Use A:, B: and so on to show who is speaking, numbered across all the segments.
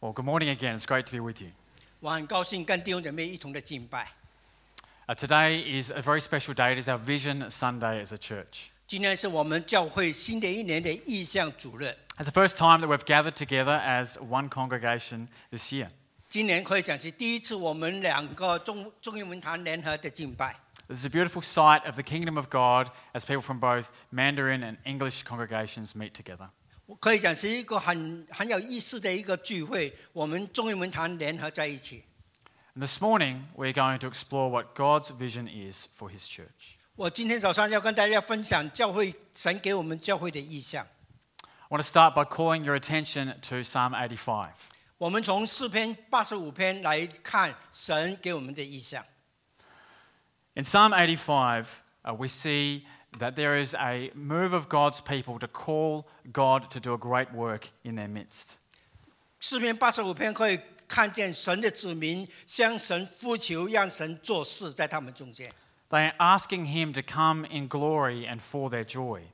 A: Well, good morning again. It's great to be with you.
B: 我很高兴跟弟兄姐妹一同的敬拜。
A: Uh, today is a very special day. It is our Vision Sunday as a church.
B: 今天是我们教会新的一年的意向主任。
A: It's the first time that we've gathered together as one congregation this year.
B: 今年可以讲是第一次我们两个中中英文坛联合的敬拜。
A: This is a beautiful sight of the kingdom of God as people from both Mandarin and English congregations meet together.
B: 我可以讲是一个很很有意思的一个聚会，我们中英文坛联合在一起。
A: And this morning, we're going to explore what God's vision is for his church.
B: 我今天早上要跟大家分享教会神给我们教会的意向。
A: I want to start by calling your attention to Psalm 85.
B: 我们从四篇八十五篇来看神给我们的意向。
A: In Psalm 85, uh, we see that there is a move of God's people to call God to do a great work in their midst.
B: 四篇八十五篇可以看见神的子民向神呼求，让神做事在他们中间。
A: They are asking Him to come in glory and for their joy.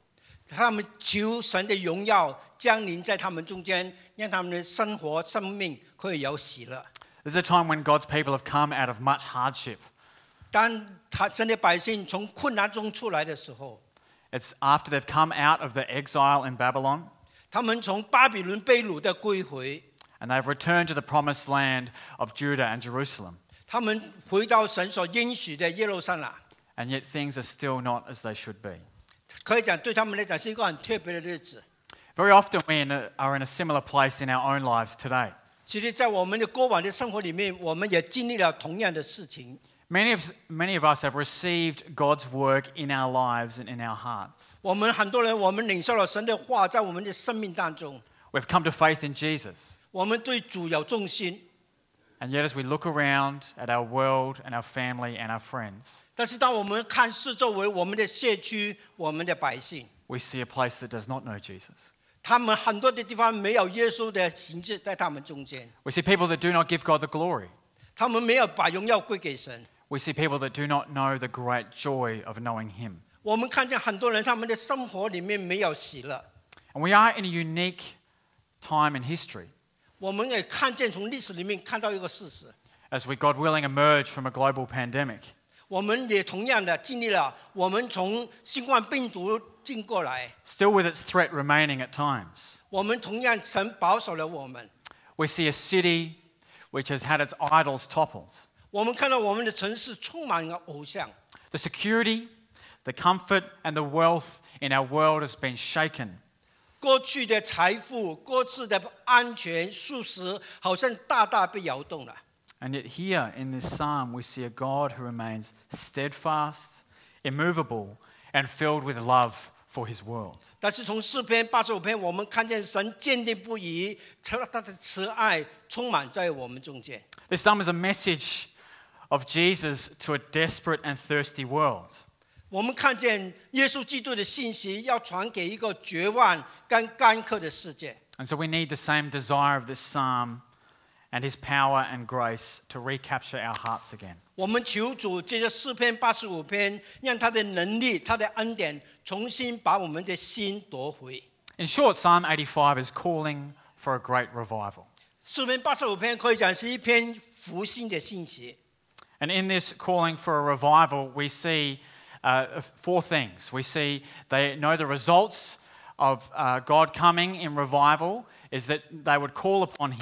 B: 他们求神的荣耀降临在他们中间，让他们的生活、生命可以有喜乐。
A: This is a time when God's people have come out of much hardship.
B: 当他神的百姓从困难中出来的时候，
A: It's after they've come out of the exile in Babylon
B: 他们从巴比伦被掳的归回，
A: and they've returned to the promised land of Judah and Jerusalem.
B: 他们回到神所应许的耶路撒冷。
A: And yet things are still not as they should be.
B: 可以讲，对他们来讲是一个很特别的日子。
A: Very often we in a- are in a similar place in our own lives today.
B: 其实，在我们的过往的生活里面，我们也经历了同样的事情。
A: Many of, many of us have received God's work in our lives and in our hearts.
B: 我们很多人，我们领受了神的话，在我们的生命当中，
A: We've come to faith in Jesus.
B: 我们对主有重心。
A: And yet, as we look around at our world and our family and our friends,
B: 但是，当我们看四周围我们的社区、我们的百姓，
A: we see a place that does not know Jesus.
B: 他们很多的地方没有耶稣的形迹在他们中间，
A: We see people that do not give God the glory.
B: 他们没有把荣耀归给神。
A: We see people that do not know the great joy of knowing Him.
B: 我们看见很多人，他们的生活里面没有喜乐。
A: And we are in a unique time in history
B: 我们也看见从历史里面看到一个事实，
A: as we, God willing, emerge from a global pandemic.
B: 我们也同样的经历了，我们从新冠病毒进过来，
A: Still with its threat remaining at times,
B: 我们同样神保守了我们。
A: we see a city which has had its idols toppled.
B: 我们看到我们的城市充满了偶像，
A: The security, the comfort, and the wealth in our world has been shaken.
B: 过去的财富、过去的安全、素食，好像大大被摇动了。
A: And yet, here in this psalm, we see a God who remains steadfast, immovable, and filled with love for his world.
B: 但是从四篇八十五篇，我们看见神坚定不移，他他的慈爱充满在我们中间。
A: This psalm is a message of Jesus to a desperate and thirsty world.
B: 我们看见耶稣基督的信息要传给一个绝望跟干渴的世界。
A: And so, we need the same desire of this psalm and his power and grace to recapture our hearts again.
B: 我们求主借着四篇八十五篇，让他的能力、他的恩典重新把我们的心夺回。
A: In short, Psalm 85 is calling for a great revival.
B: 四篇八十五篇可以讲是一篇福音的信息。
A: And in this calling for a revival, we see uh, four things. We see they know the results of uh, God coming in revival is that they would call upon Him.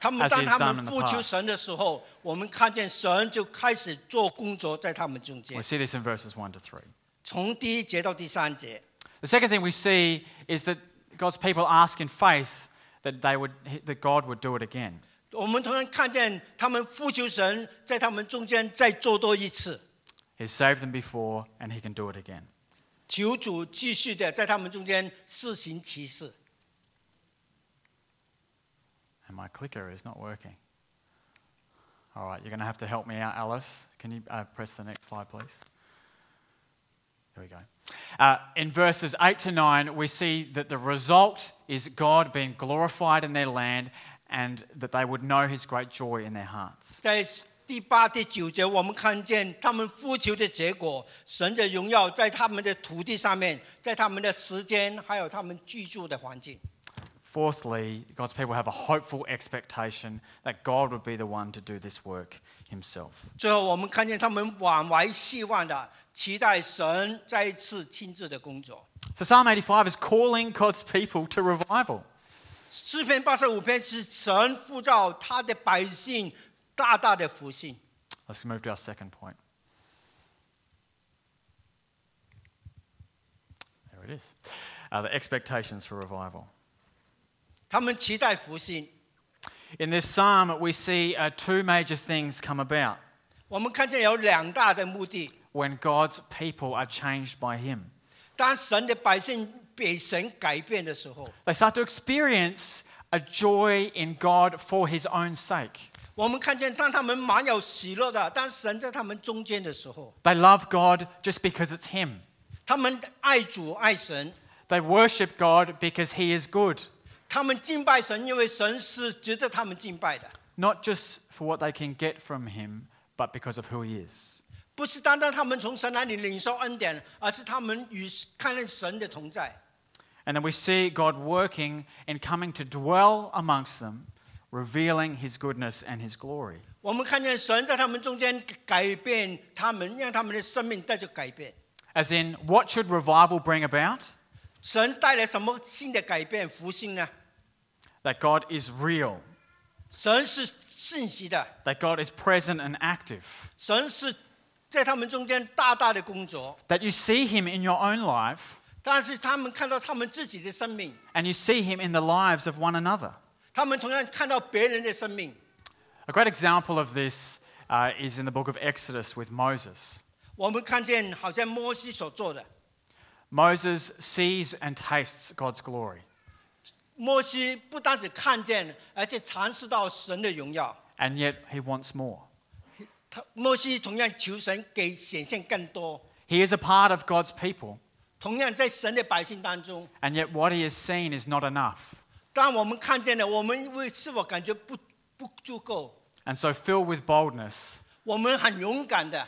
B: 他们
A: As
B: 当
A: is
B: 他
A: done in
B: 们
A: the
B: 呼求神的时候，我们看见神就开始做工作在他们中
A: We
B: 间，
A: see this in verses 1 to 3.
B: 从第一节到第三节。
A: The second thing we see is that God's people ask in faith that, they would, that God would do it again.
B: 我们同样看见他们呼求神在他们中间再做多一次，
A: He saved them before and He can do it again.
B: 求主继续的在他们中间施行奇事。
A: And my clicker is not working. All right, you're going to have to help me out, Alice. Can you uh, press the next slide, please? There we go. Uh, in verses 8 to 9, we see that the result is God being glorified in their land and that they would know his great joy in their hearts.
B: 在第八、第九节，我们看见他们呼求的结果，神的荣耀在他们的土地上面，在他们的时间，还有他们居住的环境。
A: Fourthly, God's people have a hopeful expectation that God would be the one to do this work himself.
B: 最后，我们看见他们满怀希望的期待神再一次亲自的工作。
A: So Psalm 85 is calling God's people to revival.
B: 诗篇八十五篇是神呼召他的百姓大大的复兴。
A: Let's move to our second point. There it is. Uh, the expectations for revival.
B: 他们期待复兴。
A: In this psalm, we see uh, two major things come about
B: 我们看见有两大的目的：
A: when God's people are changed by Him.
B: 当神的百姓被神改变的时候，
A: They start to experience a joy in God for His own sake.
B: 我们看见当他们满有喜乐的，当神在他们中间的时候，
A: They love God just because it's Him.
B: 他们爱主爱神，
A: They worship God because He is good,
B: 他们敬拜神，因为神是值得他们敬拜的，
A: not just for what they can get from Him, but because of who He is.
B: 不是单单他们从神那里领受恩典，而是他们与看见神的同在。
A: And then we see God working and coming to dwell amongst them, revealing His goodness and His glory.
B: 我们看见神在他们中间改变他们，让他们的生命带着改变。
A: As in, what should revival bring about?
B: 神带来什么新的改变复兴呢？
A: That God is real,
B: 神是信息的，
A: that God is present and active,
B: 神是在他们中间大大的工作，
A: that you see Him in your own life
B: 但是他们看到他们自己的生命，
A: and you see Him in the lives of one another.
B: 他们同样看到别人的生命。
A: A great example of this uh, is in the book of Exodus with Moses.
B: 我们看见好像摩西所做的，
A: Moses sees and tastes God's glory,
B: 摩西不单只看见，而且尝试到神的荣耀。
A: and yet he wants more.
B: 他摩西同样求神给显现更多，
A: He is a part of God's people,
B: 同样在神的百姓当中，
A: and yet what he has seen is not enough.
B: 当我们看见了，我们为是否感觉不不足够？
A: And so, filled with boldness,
B: 我们很勇敢的，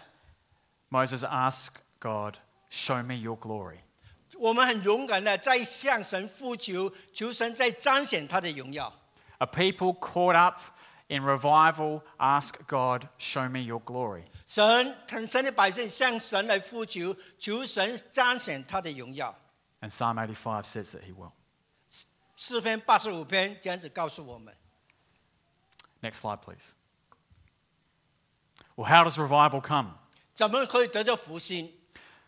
A: Moses asks God, Show me your glory.
B: 我们很勇敢的在向神呼求，求神在彰显他的荣耀。
A: A people caught up in revival ask God, Show me your glory.
B: 神，神的百姓向神来呼求，求神彰显他的荣耀。
A: And Psalm 85 says that he will.
B: 诗篇八十五篇这样子告诉我们。
A: Next slide, please. Well, how does revival come?
B: 怎么可以得到福星？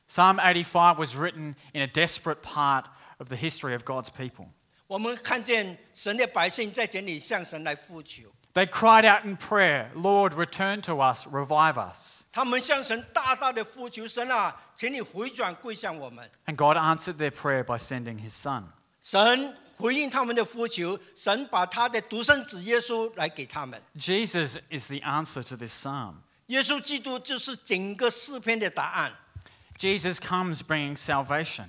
A: Psalm 85 was written in a desperate part of the history of God's people.
B: 我们看见神的百姓在这里向神来呼求，
A: They cried out in prayer, Lord, return to us, revive us.
B: 他们向神大大的呼求：“神啊，请你回转归向我们。
A: And God answered their prayer by sending his son. ”
B: 神回应他们的呼求，神把他的独生子耶稣来给他们。
A: Jesus is the answer to this psalm.
B: 耶稣基督就是整个诗篇的答案。
A: Jesus comes bringing salvation.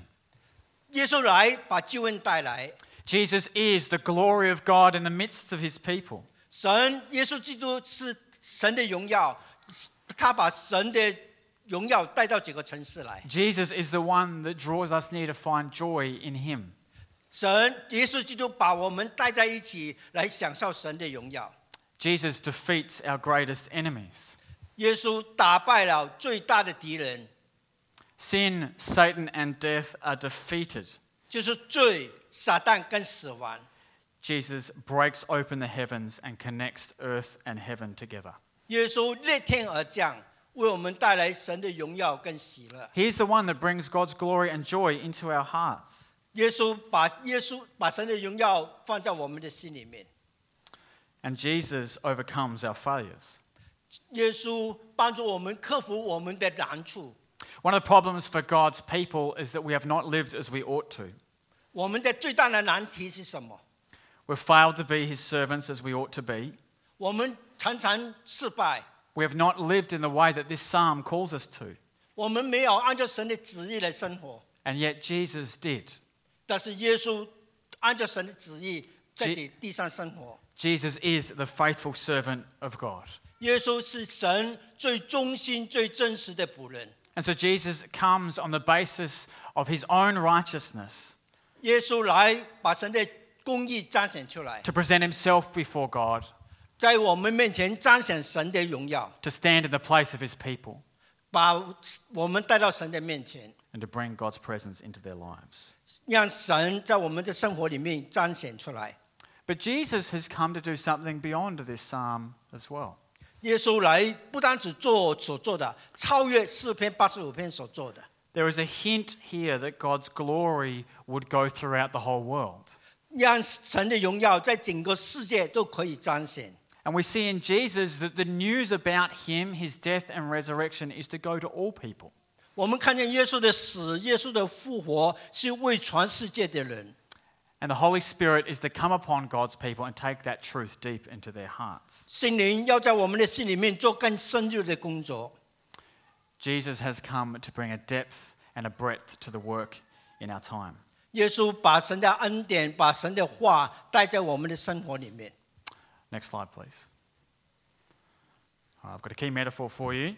B: 耶稣来把救恩带来，
A: Jesus is the glory of God in the midst of his people.
B: 神耶稣基督是神的荣耀，他把神的荣耀带到整个城市来。
A: Jesus is the one that draws us near to find joy in him.
B: 神耶稣基督把我们带在一起来享受神的荣耀。
A: Jesus defeats our greatest enemies.
B: 耶稣打败了最大的敌人，
A: Sin, Satan, and death are defeated.
B: 就是罪、撒旦跟死亡。
A: Jesus breaks open the heavens and connects earth and heaven together.
B: 耶稣裂天而降，为我们带来神的荣耀跟喜乐。
A: He is the one that brings God's glory and joy into our hearts.
B: 耶稣把耶稣把神的荣耀放在我们的心里面。
A: And Jesus overcomes our failures.
B: 耶稣帮助我们克服我们的难处。
A: One of the problems for God's people is that we have not lived as we ought to.
B: 我们的最大的难题是什么？
A: We've failed to be his servants as we ought to be.
B: 我们常常失败，
A: We have not lived in the way that this psalm calls us to.
B: 我们没有按照神的旨意来生活。
A: And yet Jesus did.
B: 但是耶稣按照神的旨意在
A: 其
B: 地地上生活。
A: Jesus is the faithful servant of God.
B: 耶稣是神最忠心、最真实的仆人。
A: And so Jesus comes on the basis of his own righteousness.
B: 耶稣来把神的公义彰显出来，
A: to present himself before God,
B: 在我们面前彰显神的荣耀，
A: to stand in the place of his people,
B: 把我们带到神的面前，
A: and to bring God's presence into their lives.
B: 让神在我们的生活里面彰显出来。
A: But Jesus has come to do something beyond this psalm as well.
B: 耶稣来不单只做所做的，超越四篇八十五篇所做的。
A: There is a hint here that God's glory would go throughout the whole world.
B: 让神的荣耀在整个世界都可以彰显。
A: And we see in Jesus that the news about him, his death and resurrection, is to go to all people.
B: 我们看见耶稣的死、耶稣的复活是为全世界的人，
A: And the Holy Spirit is to come upon God's people and take that truth deep into their hearts.
B: 圣灵要在我们的心里面做更深入的工作。
A: Jesus has come to bring a depth and a breadth to the work in our time.
B: 耶稣把神的恩典、把神的话带在我们的生活里面。
A: Next slide, please. All right, I've got a key metaphor for you.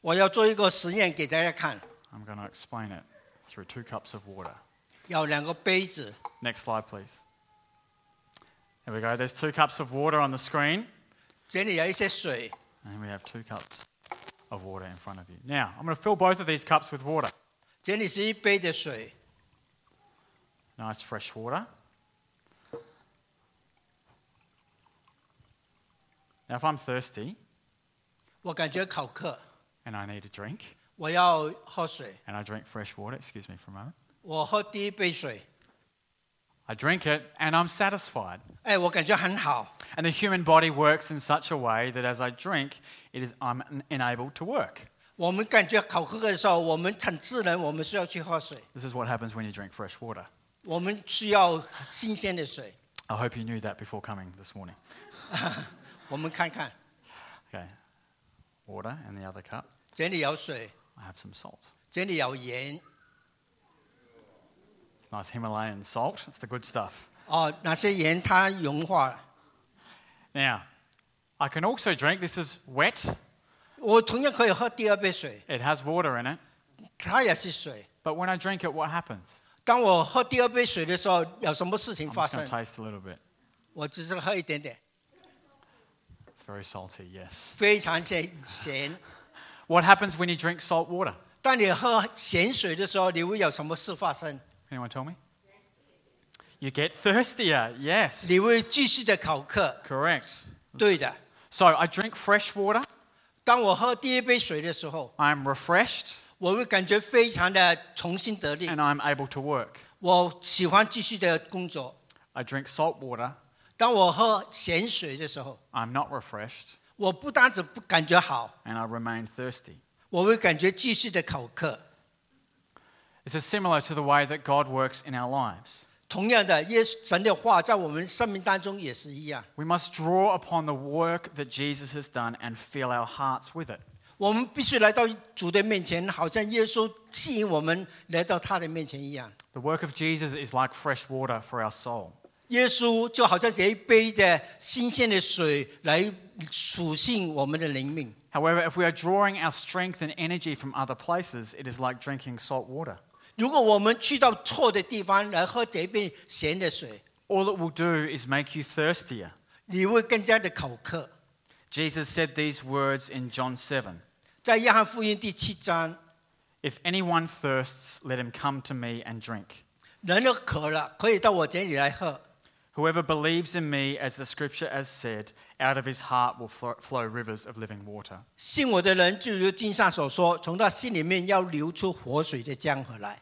B: 我要做一个实验给大家看，
A: I'm going to explain it through two cups of water.
B: 有两个杯子，
A: Next slide, please. There we go. There's two cups of water on the screen,
B: 这里有一些水。
A: and we have two cups of water in front of you. Now, I'm going to fill both of these cups with water.
B: 这里是一杯的水，
A: Nice fresh water. Now, if I'm thirsty
B: 我感觉口渴，
A: and I need a drink,
B: 我要喝水。
A: and I drink fresh water, excuse me for a moment,
B: 我喝第一杯水，
A: I drink it and I'm satisfied.
B: 哎，我感觉很好。
A: And the human body works in such a way that as I drink, it is I'm en- enabled to work.
B: 我们感觉口渴的时候，我们很自然，我们需要去喝水，
A: This is what happens when you drink fresh water.
B: 我们需要新鲜的水。
A: I hope you knew that before coming this morning.
B: 我们看看，
A: Okay, water and the other cup.
B: 这里有水，
A: I have some salt.
B: 这里有盐，
A: It's nice Himalayan salt. It's the good stuff.
B: 哦，哪些盐它融化了。
A: Now, I can also drink. This is wet.
B: 我同样可以喝第二杯水，
A: It has water in it.
B: 它也是水。
A: But when I drink it, what happens?
B: 当我喝第二杯水的时候，有什么事情
A: I'm
B: 发
A: just going
B: 生
A: to？taste a little bit.
B: 我只是喝一点点，
A: It's very salty. Yes.
B: 非常咸咸。
A: What happens when you drink salt water?
B: 当你喝咸水的时候，你会有什么事发生？
A: Anyone tell me? You get thirstier. Yes.
B: 你会继续的口渴。
A: Correct.
B: 对的，
A: So I drink fresh water.
B: 当我喝第一杯水的时候，
A: I am refreshed
B: 我会感觉非常的重新得力。
A: and I'm able to work.
B: 我喜欢继续的工作。
A: I drink salt water.
B: 当我喝咸水的时候，
A: I'm not refreshed
B: 我不单只不感觉好，
A: and I remain thirsty.
B: 我会感觉继续的口渴。
A: This is similar to the way that God works in our lives.
B: 同样的，耶稣神的话在我们生命当中也是一样，
A: We must draw upon the work that Jesus has done and fill our hearts with it.
B: 我们必须来到主的面前，好像耶稣吸引我们来到他的面前一样。
A: The work of Jesus is like fresh water for our soul.
B: 耶稣就好像这一杯的新鲜的水来属性我们的灵命。
A: However, if we are drawing our strength and energy from other places, it is like drinking salt water.
B: 如果我们去到错的地方来喝这一杯咸的水，
A: All it will do is make you thirstier.
B: 你会更加的口渴。
A: Jesus said these words in John 7.
B: 在约翰福音第七章，
A: If anyone thirsts, let him come to me and drink.
B: 人都渴了，可以到我这里来喝。
A: Whoever believes in me, as the scripture has said, out of his heart will flo- flow rivers of living water.
B: 信我的人，就如经上所说，从他心里面要流出活水的江河来。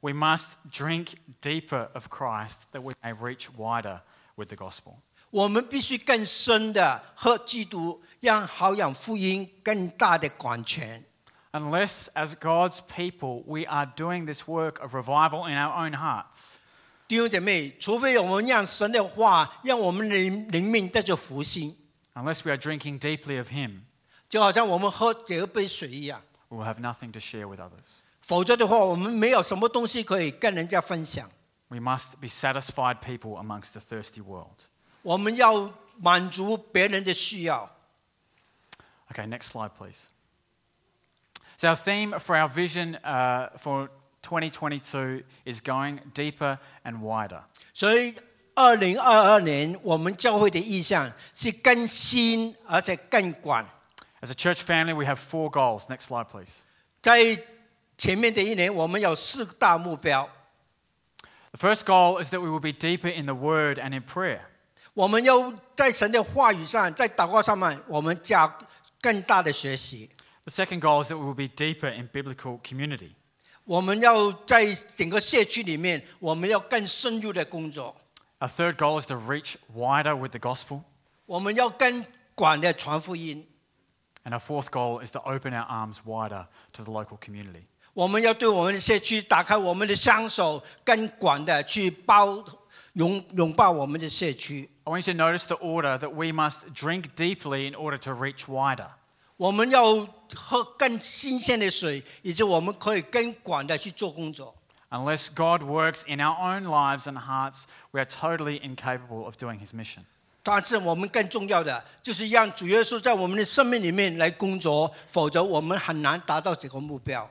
A: We must drink deeper of Christ that we may reach wider with the gospel.
B: 我们必须更深的喝基督，让好养福音更大的广权。
A: Unless, as God's people, we are doing this work of revival in our own hearts,
B: 弟兄姐妹，除非我们让神的话，让我们灵灵命带着福星，
A: unless we are drinking deeply of Him,
B: 就好像我们喝这杯水一样。
A: we will have nothing to share with others.
B: 否则的话，我们没有什么东西可以跟人家分享。
A: We must be satisfied people amongst the thirsty world.
B: 我们要满足别人的需要。
A: Okay, next slide, please. So, our theme for our vision uh, for 2022 is going deeper and wider.
B: 所以，二零二二年我们教会的意向是更新，而且更广。
A: As a church family, we have four goals. Next slide, please.
B: 在前面的一年，我们有四大目标，
A: The first goal is that we will be deeper in the word and in prayer.
B: 我们要在神的话语上，在祷告上面，我们加更大的学习。
A: The second goal is that we will be deeper in biblical community.
B: 我们要在整个社区里面，我们要更深入的工作，
A: Our third goal is to reach wider with the gospel.
B: 我们要更广的传福音，
A: And our fourth goal is to open our arms wider to the local community.
B: 我们要对我们的社区打开我们的双手，更广的去包拥拥抱我们的社区。
A: I want you to notice the order that we must drink deeply in order to reach wider.
B: 我们要喝更新鲜的水，以及我们可以更广的去做工作。
A: Unless God works in our own lives and hearts, we are totally incapable of doing his mission.
B: 但是我们更重要的就是让主耶稣在我们的生命里面来工作，否则我们很难达到这个目标。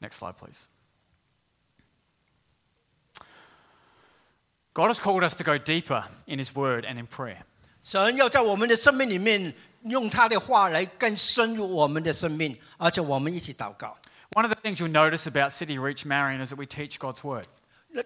A: Next slide, please. God has called us to go deeper in his word and in prayer.
B: 神要在我们的生命里面用他的话来更深入我们的生命，而且我们一起祷告。
A: One of the things you'll notice about City Reach Marion is that we teach God's word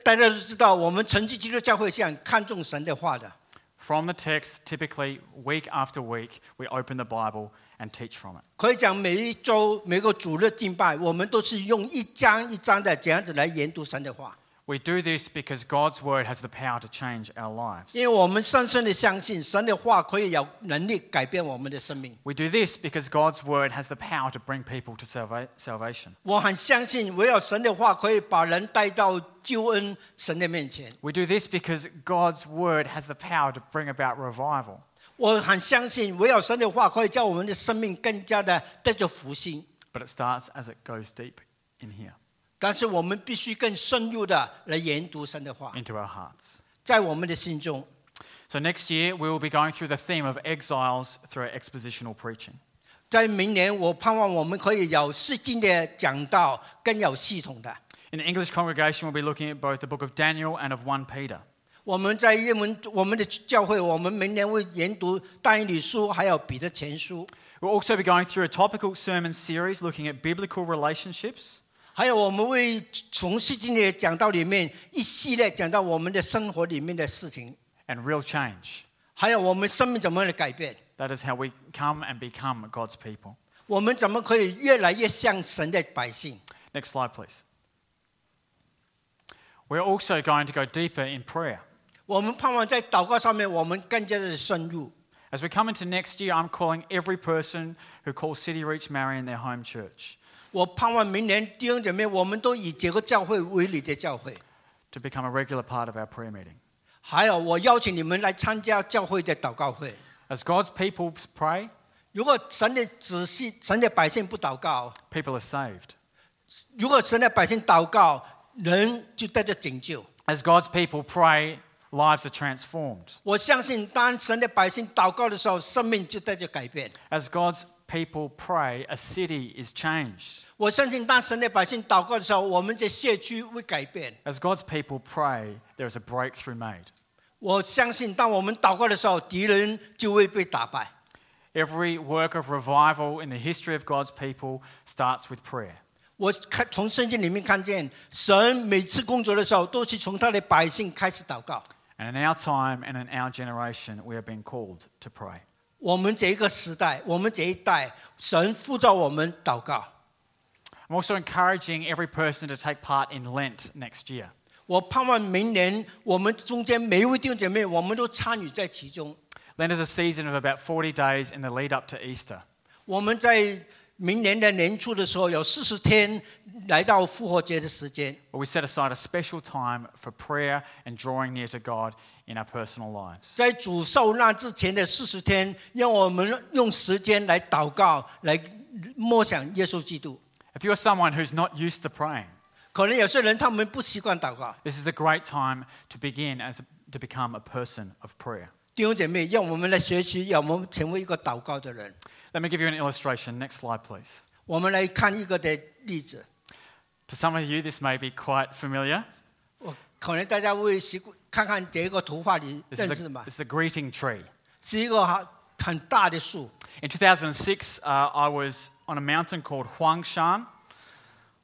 B: 大家都知道，我们成绩基督教会是很看重神的话的。
A: from the text, typically week after week. We open the Bible and teach from it.
B: 可以讲每一周每个主日敬拜，我们都是用一章一章的这样子来研读神的话，
A: We do this because God's word has the power to change our lives.
B: 因为我们深深的相信神的话可以有能力改变我们的生命。
A: We do this because God's word has the power to bring people to salva- salvation.
B: 我很相信，唯有神的话可以把人带到救恩神的面前。
A: We do this because God's word has the power to bring about revival.
B: 我很相信，唯有神的话可以叫我们的生命更加的得着福星。
A: But it starts as it goes deep in here,
B: 但是我们必须更深入的来研读神的话，
A: into our hearts.
B: 在我们的心中。
A: So next year, we will be going through the theme of exiles through expositional preaching.
B: 在明年，我盼望我们可以有适经的讲道，更有系统的。
A: In the English congregation, we'll be looking at both the book of Daniel and of 1 Peter.
B: 我们在英文，我们的教会，我们明年会研读但以理书，还有彼得前书，
A: We'll also be going through a topical sermon series looking at biblical relationships.
B: 还有我们会从圣经的讲道里面一系列讲到我们的生活里面的事情，
A: and real change.
B: 还有我们生命怎么样的改变，
A: That is how we come and become God's people.
B: 我们怎么可以越来越像神的百姓。
A: Next slide, please. We're also going to go deeper in prayer.
B: 我们盼望在祷告上面，我们更加的深入。
A: As we come into next year, I'm calling every person who calls City Reach Marion their home church
B: 我盼望明年弟兄姐妹，我们都以这个教会为你的教会。
A: to become a regular part of our prayer meeting.
B: 还有，我邀请你们来参加教会的祷告会。
A: As God's people pray,
B: 如果神的子系神的百姓不祷告，
A: people are saved.
B: 如果神的百姓祷告，人就得到拯救。
A: As God's people pray, lives are transformed.
B: 我相信，当神的百姓祷告的时候，生命就得到改变。
A: As God's people pray, a city is changed.
B: 我相信，当神的百姓祷告的时候，我们的社区会改变。
A: As God's people pray, there is a breakthrough made.
B: 我相信，当我们祷告的时候，敌人就会被打败。
A: Every work of revival in the history of God's people starts with prayer.
B: 我看从圣经里面看见，神每次工作的时候，都是从他的百姓开始祷告。
A: And in our time and in our generation, we are being called to pray.
B: 我们这一个时代，我们这一代，神呼召我们祷告。
A: I'm also encouraging every person to take part in Lent next year.
B: 我盼望明年我们中间每一位弟兄姐妹，我们都参与在其中。
A: Lent is a season of about 40 days in the lead up to Easter.
B: 我们在明年的年初的时候，有四十天来到复活节的时间，
A: where we set aside a special time for prayer and drawing near to God in our personal lives.
B: 在主受难之前的四十天，让我们用时间来祷告，来默想耶稣基督。
A: If you're someone who's not used to praying,
B: 可能有些人他们不习惯祷告，
A: this is a great time to begin as to become a person of prayer.
B: 弟兄姐妹，让我们来学习，让我们成为一个祷告的人。
A: Let me give you an illustration. Next slide, please.
B: 我们来看一个的例子，
A: To some of you, this may be quite familiar.
B: 我可能大家会习惯看看这个图画里
A: This
B: 认
A: is
B: 识
A: a,
B: 吗
A: this？is a greeting tree.
B: 是一个很很大的树。
A: In 2006, uh, I was on a mountain called Huangshan.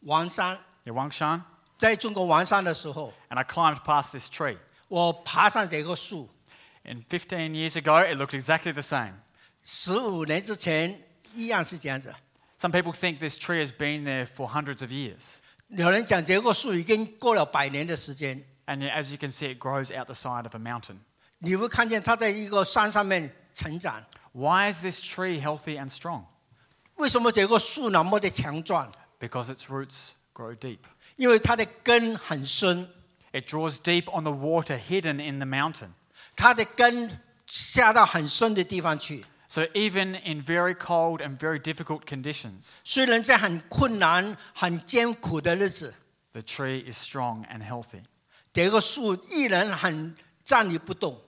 B: 王山，
A: Yeah, Huangshan.
B: 在中国王山的时候，
A: And I climbed past this tree.
B: 我爬上这个树，
A: And 15 years ago, it looked exactly the same.
B: 十五年之前一样是这样子。
A: Some people think this tree has been there for hundreds of years.
B: 有人讲这个树已经过了百年的时间，
A: And as you can see, it grows out the side of a mountain.
B: 你会看见它在一个山上面成长。
A: Why is this tree healthy and strong?
B: 为什么这个树那么的强壮？
A: Because its roots grow deep.
B: 因为它的根很深，
A: It draws deep on the water hidden in the mountain.
B: 它的根下到很深的地方去。
A: So even in very cold and very difficult conditions,
B: 虽然在很困难、很艰苦的日子，
A: the tree is strong and healthy.
B: 这个树依然很站立不动。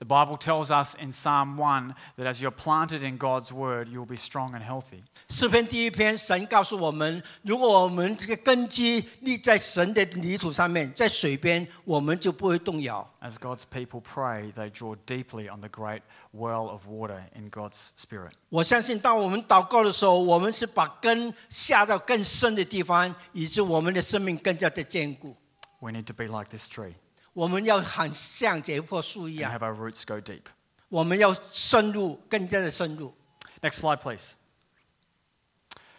A: The Bible tells us in Psalm 1 that as you're planted in God's word, you'll be strong and healthy.
B: 诗篇第一篇，神告诉我们，如果我们这个根基立在神的泥土上面，在水边，我们就不会动摇。
A: As God's people pray, they draw deeply on the great well of water in God's spirit.
B: 我相信，当我们祷告的时候，我们是把根下到更深的地方，以致我们的生命更加的坚固。
A: We need to be like this tree
B: 我们要很像这一棵树一
A: and
B: 样，
A: have our roots go deep.
B: 我们要深入，更加的深入。
A: Next slide, please.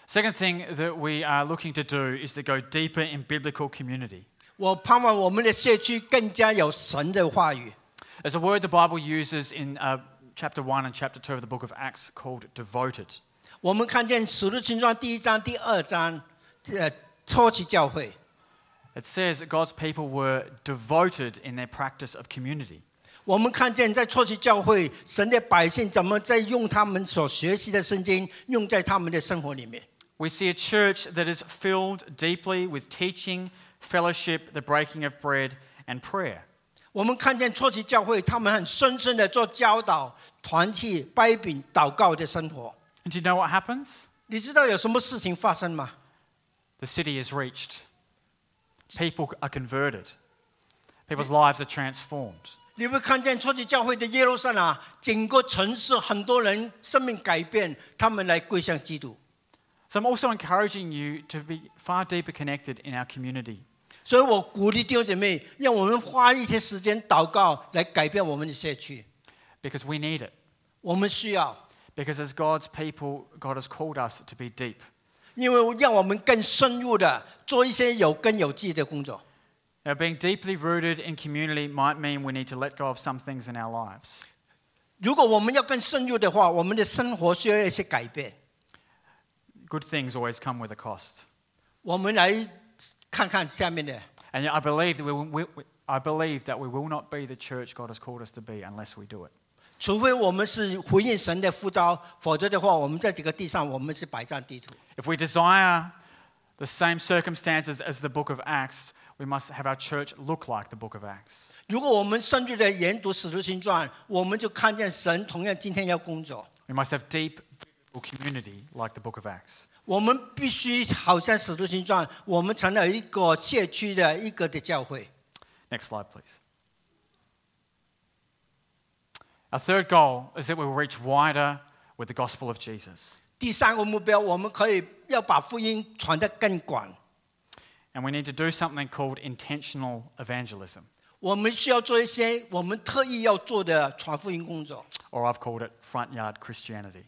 A: Second thing that we are looking to do is to go deeper in biblical community.
B: 我盼望我们的社区更加有神的话语。
A: There's a word the Bible uses in uh, chapter 1 and chapter 2 of the book of Acts called devoted.
B: 我们看见《使徒行传》第一章、第二章，呃，初期教会，
A: It says that God's people were devoted in their practice of community.
B: 我们看见在初期教会，神的百姓怎么在用他们所学习的圣经，用在他们的生活里面。
A: We see a church that is filled deeply with teaching, fellowship, the breaking of bread, and prayer.
B: 我们看见初期教会，他们很深深的做教导、团契、掰饼、祷告的生活。
A: And do you know what happens?
B: 你知道有什么事情发生吗？
A: The city is reached. People are converted. People's lives are transformed.
B: 你会看见初期教会的耶路撒冷，整个城市很多人生命改变，他们来归向基督。
A: So I'm also encouraging you to be far deeper connected in our community.
B: 所以我鼓励弟兄姐妹，让我们花一些时间祷告，来改变我们的社区。
A: because we need it.
B: 我们需要，
A: Because as God's people, God has called us to be deep.
B: 因为让我们更深入的做一些有根有基的工作。
A: Now, being deeply rooted in community might mean we need to let go of some things in our lives.
B: 如果我们要更深入的话，我们的生活需要一些改变。
A: Good things always come with a cost.
B: 我们来看看下面的，
A: And yet I believe that we, will- we, we- I believe that we will not be the church God has called us to be unless we do it.
B: 除非我们是回应神的呼召，否则的话，我们在这个地上，我们是摆上地图。
A: If we desire the same circumstances as the book of Acts, we must have our church look like the book of Acts.
B: 如果我们深入的研读《使徒行传》，我们就看见神同样今天要工作。
A: We must have deep biblical community like the book of Acts.
B: 我们必须好像《使徒行传》，我们成了一个社区的一个的教会。
A: Next slide, please. Our third goal is that we will reach wider with the gospel of Jesus.
B: 第三个目标，我们可以要把福音传得更广。
A: And we need to do something called intentional evangelism,
B: 我们需要做一些我们特意要做的传福音工作。
A: or I've called it front yard Christianity.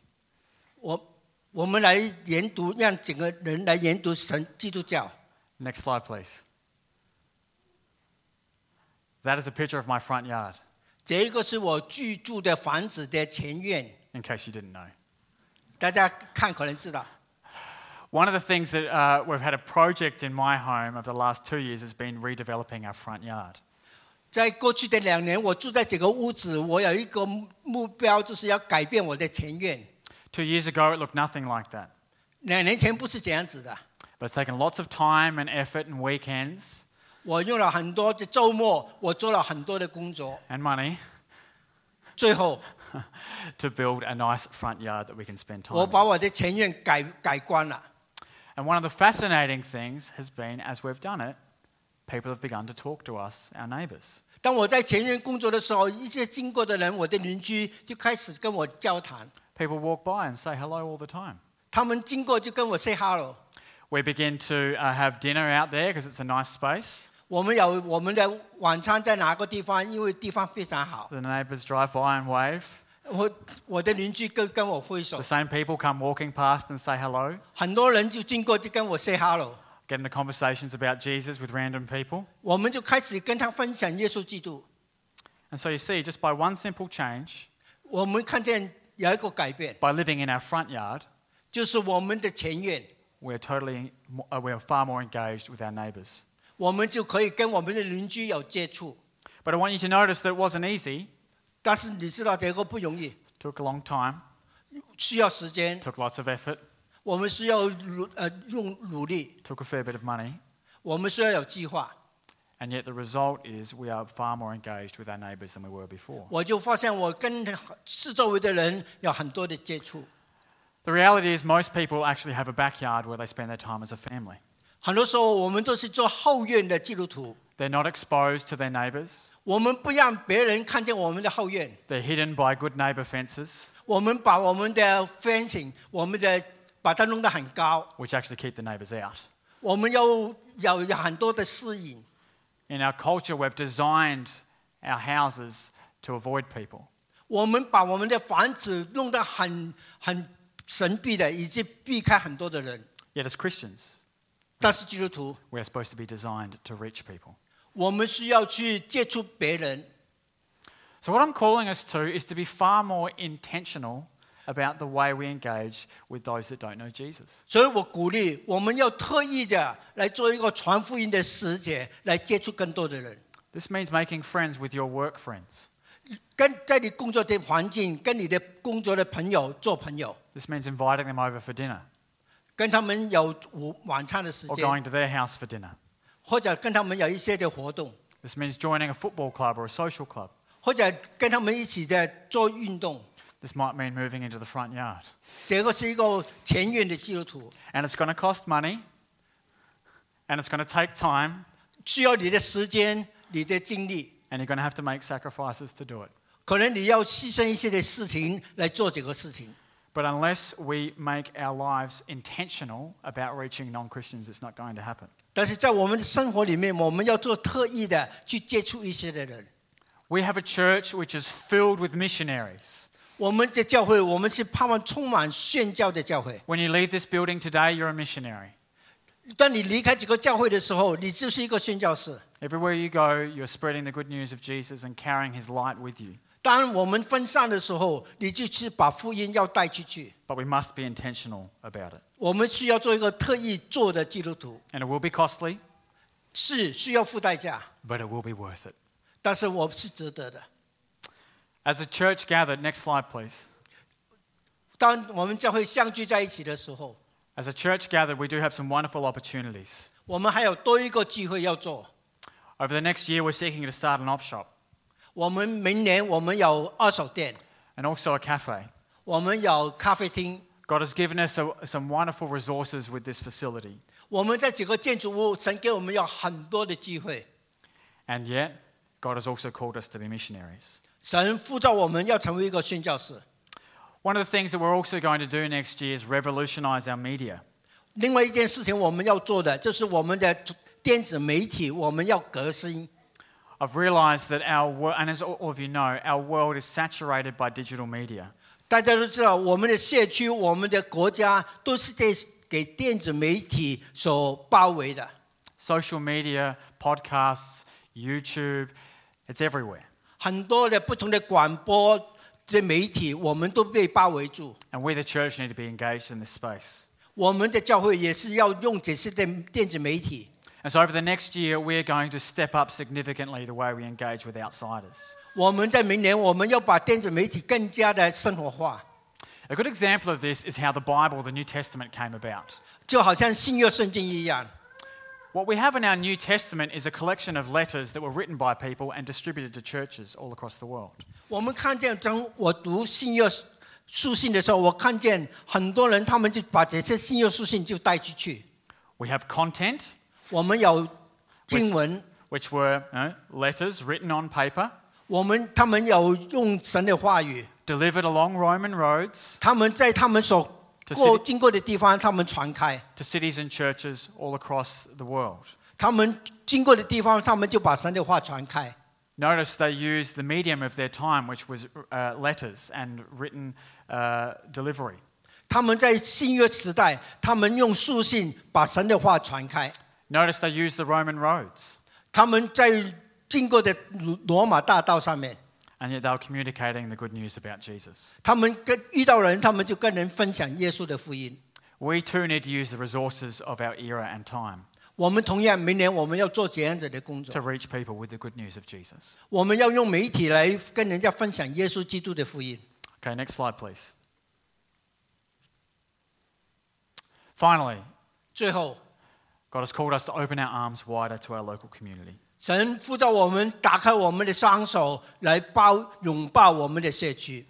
B: 我我们来研读，让整个人来研读神基督教。
A: Next slide, please. That is a picture of my front yard,
B: 这一个是我居住的房子的前院，
A: in case you didn't know.
B: 大家看可能知道。
A: One of the things that uh, we've had a project in my home over the last two years has been redeveloping our front yard.
B: 在过去的两年，我住在这个屋子，我有一个目标，就是要改变我的前院。
A: Two years ago, it looked nothing like that.
B: 两年前不是这样子的，
A: But it's taken lots of time and effort and weekends
B: 我用了很多的周末，我做了很多的工作，
A: and money
B: 最后
A: to build a nice front yard that we can spend time
B: 我把
A: in.
B: 我的前院改改观了。
A: And one of the fascinating things has been, as we've done it, people have begun to talk to us, our neighbours.
B: 当我在前院工作的时候，一些经过的人，我的邻居就开始跟我交谈，
A: People walk by and say hello all the time.
B: 他们经过就跟我 say hello。
A: We begin to uh, have dinner out there because it's a nice space.
B: 我们有我们的晚餐在哪个地方？因为地方非常好。
A: The neighbours drive by and wave.
B: 我我的邻居跟跟我挥
A: The
B: 手，
A: same people come walking past and say hello.
B: 很多人就经过就跟我 say hello。
A: Get into conversations about Jesus with random people.
B: 我们就开始跟他分享耶稣基督。
A: And so you see, just by one simple change,
B: 我们看见有一个改变，
A: by living in our front yard,
B: 就是我们的前院，
A: we're totally, mo- uh, we're far more engaged with our neighbours.
B: 我们就可以跟我们的邻居有接触。
A: But I want you to notice that it wasn't easy.
B: 但是你知道这个不容易，
A: Took a long time.
B: 需要时间，
A: Took lots of effort.
B: 我们需要努呃用努力，
A: Took a fair bit of money.
B: 我们需要有计划。
A: And yet the result is we are far more engaged with our neighbours than we were before.
B: 我就发现我跟四周围的人有很多的接触，
A: The reality is most people actually have a backyard where they spend their time as a family.
B: 很多时候我们都是做后院的基督徒，
A: They're not exposed to their neighbours.
B: 我们不让别人看见我们的后院，
A: They're hidden by good neighbour fences,
B: 我们把我们的 fencing，我们的把它弄得很高，
A: which actually keep the neighbours out.
B: 我们有有有很多的私隐。
A: In our culture, we've designed our houses to avoid people.
B: 我们把我们的房子弄得很很神秘的，以及避开很多的人。
A: Yet as Christians,
B: 但是基督徒，
A: we're supposed to be designed to reach people.
B: 我们需要去接触别人。
A: So, what I'm calling us to is to be far more intentional about the way we engage with those that don't know Jesus.
B: 所以我鼓励我们要特意的来做一个传福音的使者，来接触更多的人。
A: This means making friends with your work friends.
B: 跟在你工作的环境，跟你的工作的朋友做朋友，
A: This means inviting them over for dinner
B: 跟他们有午晚餐的时
A: or
B: 间，
A: going to their house for dinner.
B: 或者跟他们有一些的活动，
A: This means joining a football club or a social club.
B: 或者跟他们一起的做运动。
A: This might mean moving into the front yard.
B: 这个是一个前院的基督徒，
A: And it's going to cost money and it's going to take time
B: 需要你的时间、你的精力，
A: and you're going to have to make sacrifices to do it.
B: 可能你要牺牲一些的事情来做这个事情。
A: But unless we make our lives intentional about reaching non Christians, it's not going to happen.
B: 但是在我们的生活里面，我们要做特意的去接触一些的人。
A: We have a church which is filled with missionaries.
B: 我们的教会，我们是盼望充满宣教的教会。
A: When you leave this building today, you're a missionary.
B: 当你离开这个教会的时候，你就是一个宣教士。
A: Everywhere you go, you're spreading the good news of Jesus and carrying his light with you.
B: 当我们分散的时候，你就去把福音要带出去。
A: But we must be intentional about it.
B: 我们需要做一个特意做的基督徒，
A: And it will be costly,
B: 是需要付代价，
A: but it will be worth it.
B: 但是我是值得的。
A: As a church gathered, next slide, please.
B: 当我们教会相聚在一起的时候，
A: As a church gathered, we do have some wonderful opportunities.
B: 我们还有多一个机会要做。
A: Over the next year, we're seeking to start an op shop
B: 我们明年我们有二手店，
A: and also a cafe.
B: 我们有咖啡厅，
A: God has given us a, some wonderful resources with this facility.
B: 我们在整个建筑物，神给我们有很多的机会。
A: And yet, God has also called us to be missionaries.
B: 神呼召我们要成为一个宣教士。
A: One of the things that we're also going to do next year is revolutionize our media.
B: 另外一件事情我们要做的，就是我们的电子媒体，我们要革新。
A: I've realized that our world, and as all of you know, our world is saturated by digital media.
B: 大家都知道，我们的社区、我们的国家都是在给电子媒体所包围的。
A: Social media, podcasts, YouTube, it's everywhere.
B: 很多的不同的广播的媒体，我们都被包围住。
A: And we, the church, need to be engaged in this space.
B: 我们的教会也是要用这些的电子媒体。
A: And so, over the next year, we're going to step up significantly the way we engage with outsiders.
B: 我们在明年，我们要把电子媒体更加的生活化，
A: A good example of this is how the Bible, the New Testament, came about.
B: 就好像新约圣经一样。
A: What we have in our New Testament is a collection of letters that were written by people and distributed to churches all across the world.
B: 我们看见，当我读新约书信的时候，我看见很多人他们就把这些新约书信就带出去。
A: We have content,
B: 我们有经文，
A: which were you know, letters written on paper,
B: 我们他们有用神的话语，
A: delivered along Roman roads
B: 他们在他们所
A: 这是
B: 过经过的地方，他们传开；
A: to cities and churches all across the world.
B: 他们经过的地方，他们就把神的话传开。
A: Notice they used the medium of their time, which was uh, letters and written uh, delivery.
B: 他们在新约时代，他们用书信把神的话传开；
A: Notice they used the Roman roads,
B: 他们在经过的罗罗马大道上面，
A: and yet they were communicating the good news about Jesus.
B: 他们跟遇到人，他们就跟人分享耶稣的福音。
A: We too need to use the resources of our era and time
B: 我们同样，明年我们要做这样子的工
A: to
B: 作，
A: reach people with the good news of Jesus.
B: 我们要用媒体来跟人家分享耶稣基督的福音。
A: Okay, next slide, please. Finally,
B: 最后，
A: God has called us to open our arms wider to our local community.
B: 神呼召我们打开我们的双手，来包拥抱我们的社区。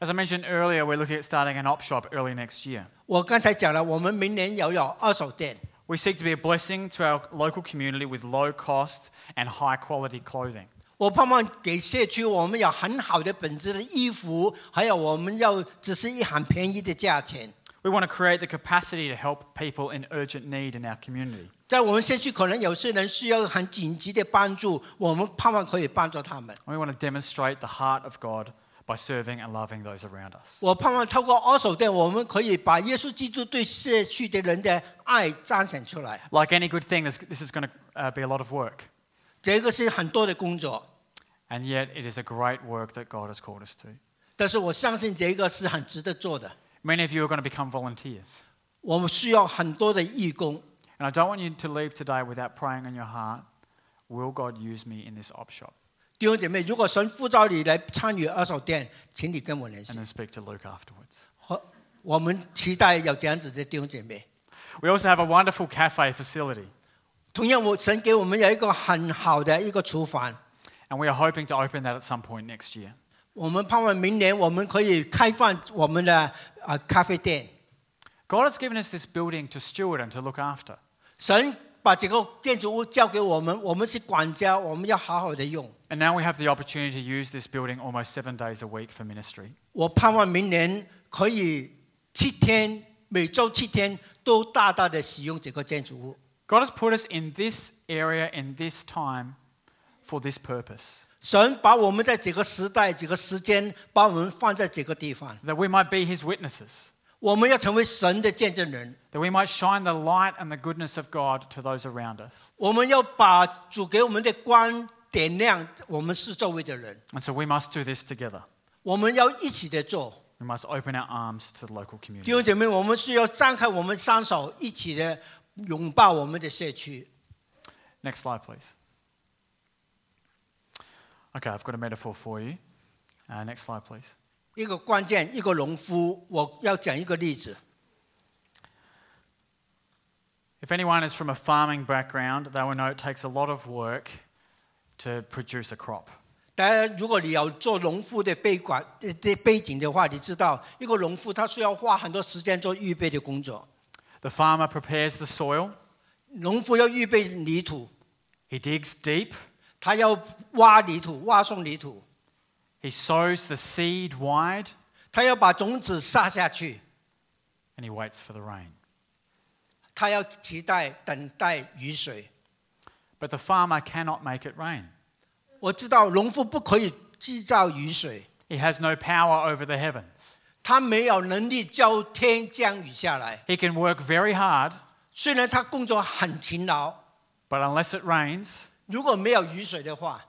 A: As I mentioned earlier, we're looking at starting an op shop early next year.
B: 我刚才讲了，我们明年要有二手店，
A: We seek to be a blessing to our local community with low cost and high quality clothing.
B: 我盼望给社区我们有很好的本质的衣服，还有我们要只是一很便宜的价钱。
A: We want to create the capacity to help people in urgent need in our community.
B: 在我们社区，可能有些人需要很紧急的帮助，我们盼望可以帮助他们。
A: We want to demonstrate the heart of God by serving and loving those around us.
B: 我盼望透过二手店，我们可以把耶稣基督对社区的人的爱彰显出来。
A: Like any good thing, this, this is going to uh, be a lot of work.
B: 这个是很多的工作，
A: And yet, it is a great work that God has called us to.
B: 但是我相信这个是很值得做的。
A: Many of you are going to become volunteers.
B: 我们需要很多的义工。
A: And I don't want you to leave today without praying in your heart Will God use me in this op shop?
B: 弟兄姐妹，如果神呼召你来参与二手店，请你跟我联系
A: And。then speak to Luke afterwards.
B: 好，我们期待有这样子的弟兄姐妹。
A: We also have a wonderful cafe facility.
B: 同样，我神给我们有一个很好的一个厨房，
A: And we are hoping to open that at some point next year.
B: 我们盼望明年我们可以开放我们的啊咖啡店。
A: God has given us this building to steward and to look after.
B: 神把这个建筑物交给我们，我们是管家，我们要好好的用。
A: And now we have the opportunity to use this building almost seven days a week for ministry.
B: 我盼望明年可以七天，每周七天都大大的使用这个建筑物。
A: God has put us in this area, in this time, for this purpose,
B: 神把我们在这个时代、这个时间，把我们放在这个地方，
A: that we might be His witnesses,
B: 我们要成为神的见证人。
A: that we might shine the light and the goodness of God to those around us.
B: 我们要把主给我们的光点亮我们四周围的人，
A: And so we must do this together.
B: 我们要一起的做。
A: We must open our arms to the local
B: 弟
A: community.
B: 兄姐妹，我们是要张开我们双手，一起的拥抱我们的社区。
A: Next slide, please. Okay, I've got a metaphor for you. Uh, next slide, please.
B: 一个关键，一个农夫，我要讲一个例子。
A: If anyone is from a farming background, they will know it takes a lot of work to produce a crop.
B: 当然，如果你要做农夫的背管这这背景的话，你知道，一个农夫他需要花很多时间做预备的工作。
A: The farmer prepares the soil,
B: 农夫要预备泥土，
A: he digs deep,
B: 他要挖泥土，挖送泥土，
A: he sows the seed wide,
B: 他要把种子撒下去，
A: and he waits for the rain.
B: 他要期待等待雨水。
A: But the farmer cannot make it rain.
B: 我知道农夫不可以制造雨水，
A: He has no power over the heavens.
B: 他没有能力叫天降雨下来。
A: He can work very hard,
B: 虽然他工作很勤劳，
A: but unless it rains,
B: 如果没有雨水的话，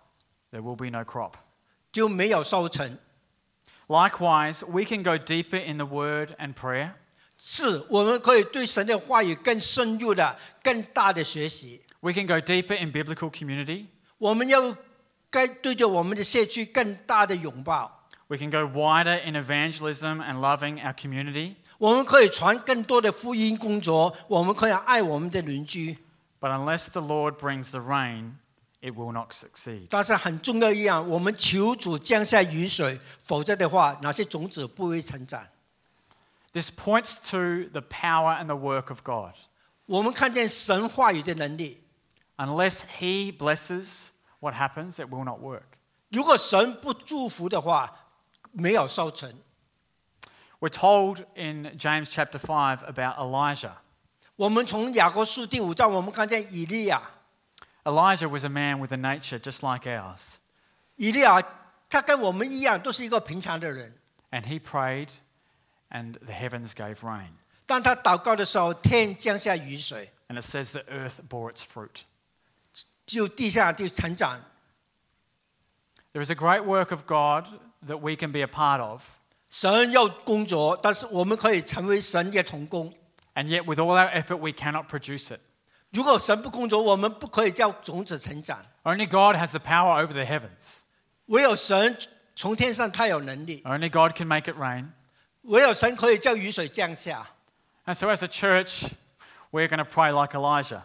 A: there will be no crop.
B: 就没有收成。
A: Likewise, we can go deeper in the word and prayer,
B: 是我们可以对神的话语更深入的、更大的学习。
A: we can go deeper in biblical community,
B: 我们要该对着我们的社区更大的拥抱。
A: We can go wider in evangelism and loving our community,
B: 我们可以传更多的福音工作，我们可以爱我们的邻居。
A: but unless the Lord brings the rain, it will not succeed.
B: 但是很重要一样，我们求主降下雨水，否则的话，哪些种子不会成长？
A: This points to the power and the work of God.
B: 我们看见神话语的能力。
A: Unless He blesses what happens, it will not work.
B: 如果神不祝福的话，没有收成。
A: We're told in James chapter 5 about Elijah.
B: 我们从雅各书第五章，我们看见以利亚，
A: Elijah was a man with a nature just like ours,
B: 以利亚他跟我们一样，都是一个平常的人，
A: and he prayed, and the heavens gave rain.
B: 当他祷告的时候，天降下雨水，
A: And it says the earth bore its fruit.
B: 就地下就成长。
A: There is a great work of God that we can be a part of,
B: 神要工作，但是我们可以成为神的童工。
A: and yet with all our effort, we cannot produce it.
B: 如果神不工作，我们不可以叫种子成长。
A: Only God has the power over the heavens.
B: 唯有神从天上，他有能力；
A: Only God can make it rain.
B: 唯有神可以叫雨水降下。
A: And so, as a church, we're going to pray like Elijah.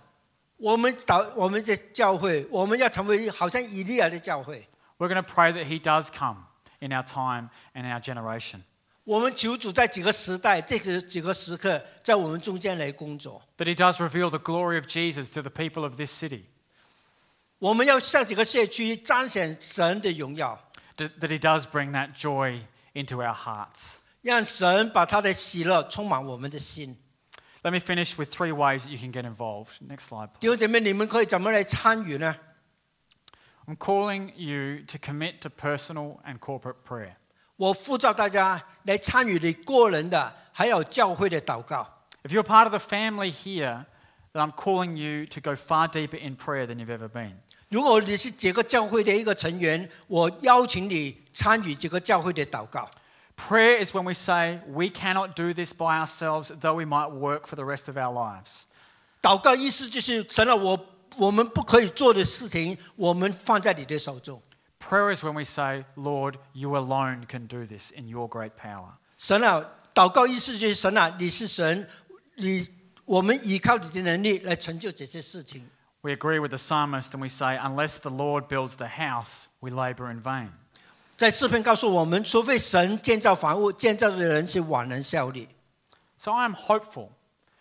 B: 我们祷，我们的教会，我们要成为好像以利亚的教会。
A: We're going to pray that He does come in our time and our generation,
B: 我们求主在几个时代、这个几个时刻，在我们中间来工作。
A: that He does reveal the glory of Jesus to the people of this city,
B: 我们要向这个社区彰显神的荣耀，
A: d- that He does bring that joy into our hearts.
B: 让神把他的喜乐充满我们的心。
A: Let me finish with three ways that you can get involved. Next slide.
B: 弟兄姐妹，你们可以怎么来参与呢？
A: I'm calling you to commit to personal and corporate prayer.
B: 我呼召大家来参与你个人的，还有教会的祷告。
A: If you're part of the family here, then I'm calling you to go far deeper in prayer than you've ever been.
B: 如果你是这个教会的一个成员，我邀请你参与这个教会的祷告。
A: Prayer is when we say, we cannot do this by ourselves, though we might work for the rest of our lives.
B: 祷告意思就是神啊，我我们不可以做的事情，我们放在你的手中。
A: Prayer is when we say, Lord, you alone can do this in your great power.
B: 神啊，祷告意思就是神啊，你是神，你我们依靠你的能力来成就这些事情。
A: We agree with the psalmist and we say, unless the Lord builds the house, we labor in vain.
B: 在诗篇告诉我们，除非神建造房屋，建造的人是枉然效力。
A: So I am hopeful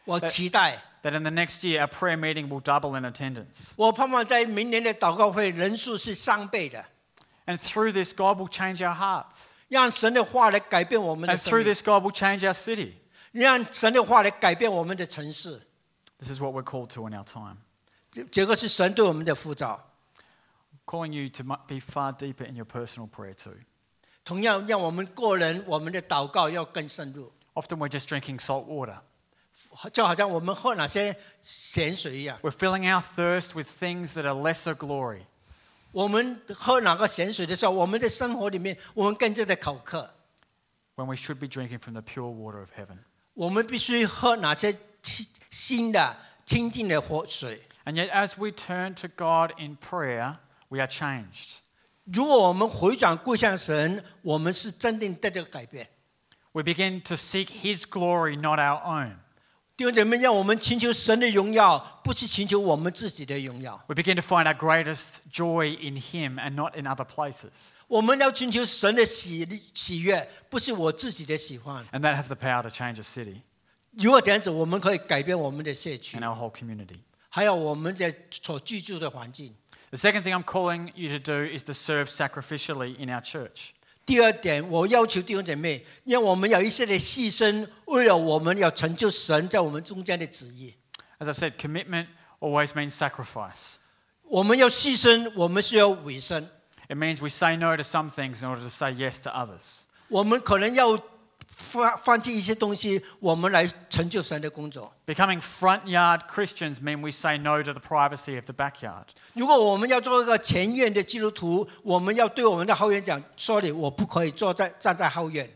B: 我
A: 对
B: 期待，
A: that in the next year, our prayer meeting will double in attendance.
B: 我盼望在明年的祷告会人数是三倍的，
A: And through this, God will change our hearts.
B: 让神的话来改变我们的
A: And
B: 生
A: through
B: 命，
A: this, God will change our city.
B: 让神的话来改变我们的城市。
A: This is what we're called to in our time.
B: 这这个是神对我们的呼召。
A: Calling you to mu- be far deeper in your personal prayer, too.
B: 同样，让我们个人我们的祷告要更深入，
A: Often we're just drinking salt water.
B: 就好像我们喝哪些咸水一样。
A: We're filling our thirst with things that are lesser glory.
B: 我们喝哪个咸水的时候，我们的生活里面，我们更加的口渴。
A: when we should be drinking from the pure water of heaven.
B: 我们必须喝哪些清新的、清净的活水。
A: And yet, as we turn to God in prayer, we are changed.
B: 如果我们回转归向神，我们是真正得到改变。
A: We begin to seek His glory, not our own.
B: 弟兄姐妹，让我们寻求神的荣耀，不是寻求我们自己的荣耀。
A: We begin to find our greatest joy in Him and not in other places.
B: 我们要寻求神的喜喜悦，不是我自己的喜欢。
A: And that has the power to change a city
B: 如果这样子，我们可以改变我们的社区
A: and，our whole community.
B: 还有我们的所居住的环境。
A: The second thing I'm calling you to do is to serve sacrificially in our church.
B: 第二点，我要求弟兄姐妹，让我们有一些的牺牲，为了我们要成就神在我们中间的旨意。
A: As I said, commitment always means sacrifice.
B: 我们要牺牲，我们需要委身，
A: It means we say no to some things in order to say yes to others.
B: 我们可能要放放弃一些东西，我们来成就神的工作。
A: Becoming front yard Christians mean we say no to the privacy of the backyard.
B: 如果我们要做一个前院的基督徒，我们要对我们的后院讲：“sorry，我不可以坐在站在后院。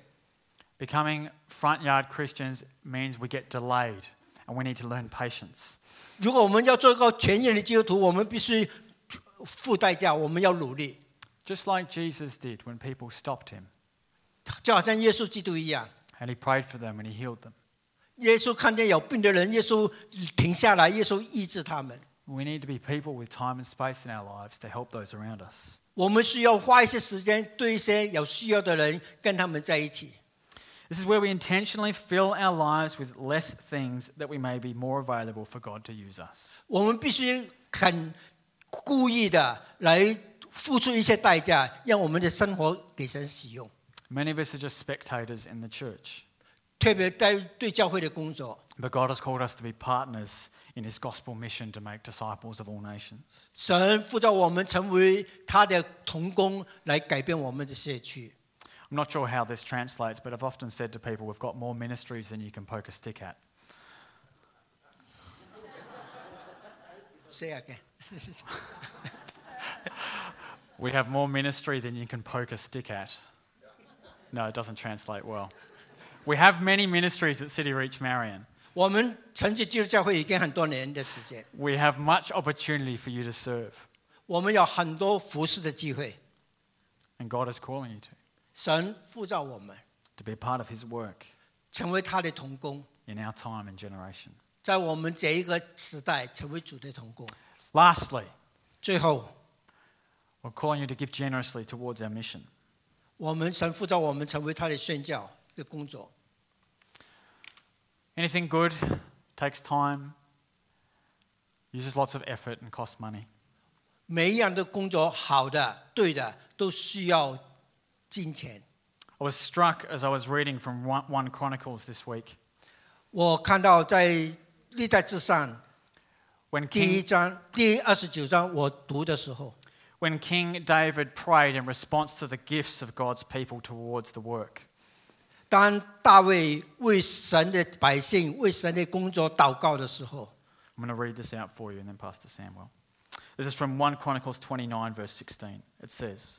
A: Becoming front yard Christians means we get delayed and we need to learn patience. ”
B: 如果我们要做一个全院的基督徒，我们必须付代价，我们要努力，
A: Just like Jesus did when people stopped him
B: 就好像耶稣基督一样。
A: and he prayed for them and he healed them.
B: 耶稣看见有病的人，耶稣停下来，耶稣医治他们。
A: We need to be people with time and space in our lives to help those around us.
B: 我们需要花一些时间对一些有需要的人跟他们在一起。
A: This is where we intentionally fill our lives with less things that we may be more available for God to use us.
B: 我们必须很故意的来付出一些代价，让我们的生活给神使用。
A: Many of us are just spectators in the church,
B: 特别在对教会的工作，
A: but God has called us to be partners in His gospel mission to make disciples of all nations.
B: 神呼召我们成为他的童工，来改变我们的社区。
A: I'm not sure how this translates, but I've often said to people, we've got more ministries than you can poke a stick at.
B: Say again.
A: We have more ministry than you can poke a stick at. No, it doesn't translate well. We have many ministries at City Reach Marion.
B: 我们承接基督教会已经很多年的时间，
A: We have much opportunity for you to serve,
B: 我们有很多服侍的机会。
A: and God is calling you to,
B: 神呼召我们
A: to be a part of His work
B: 成为他的童工，
A: in our time and generation.
B: 在我们这一个时代成为主的童工。
A: Lastly,
B: 最后，
A: we're calling you to give generously towards our mission.
B: 我们神呼召我们成为他的宣教的工作。
A: Anything good takes time, uses lots of effort, and costs money.
B: 每一样的工作，好的、对的，都需要金钱。
A: I was struck as I was reading from 1 1 Chronicles this week
B: 我看到在历代之上
A: when
B: 第
A: King
B: 一章第二十九章我读的时候，
A: when King David prayed in response to the gifts of God's people towards the work.
B: 当大卫为神的百姓、为神的工作祷告的时候，
A: I'm going to read this out for you and then Pastor Sam will. This is from 1 Chronicles 29, verse 16. It says,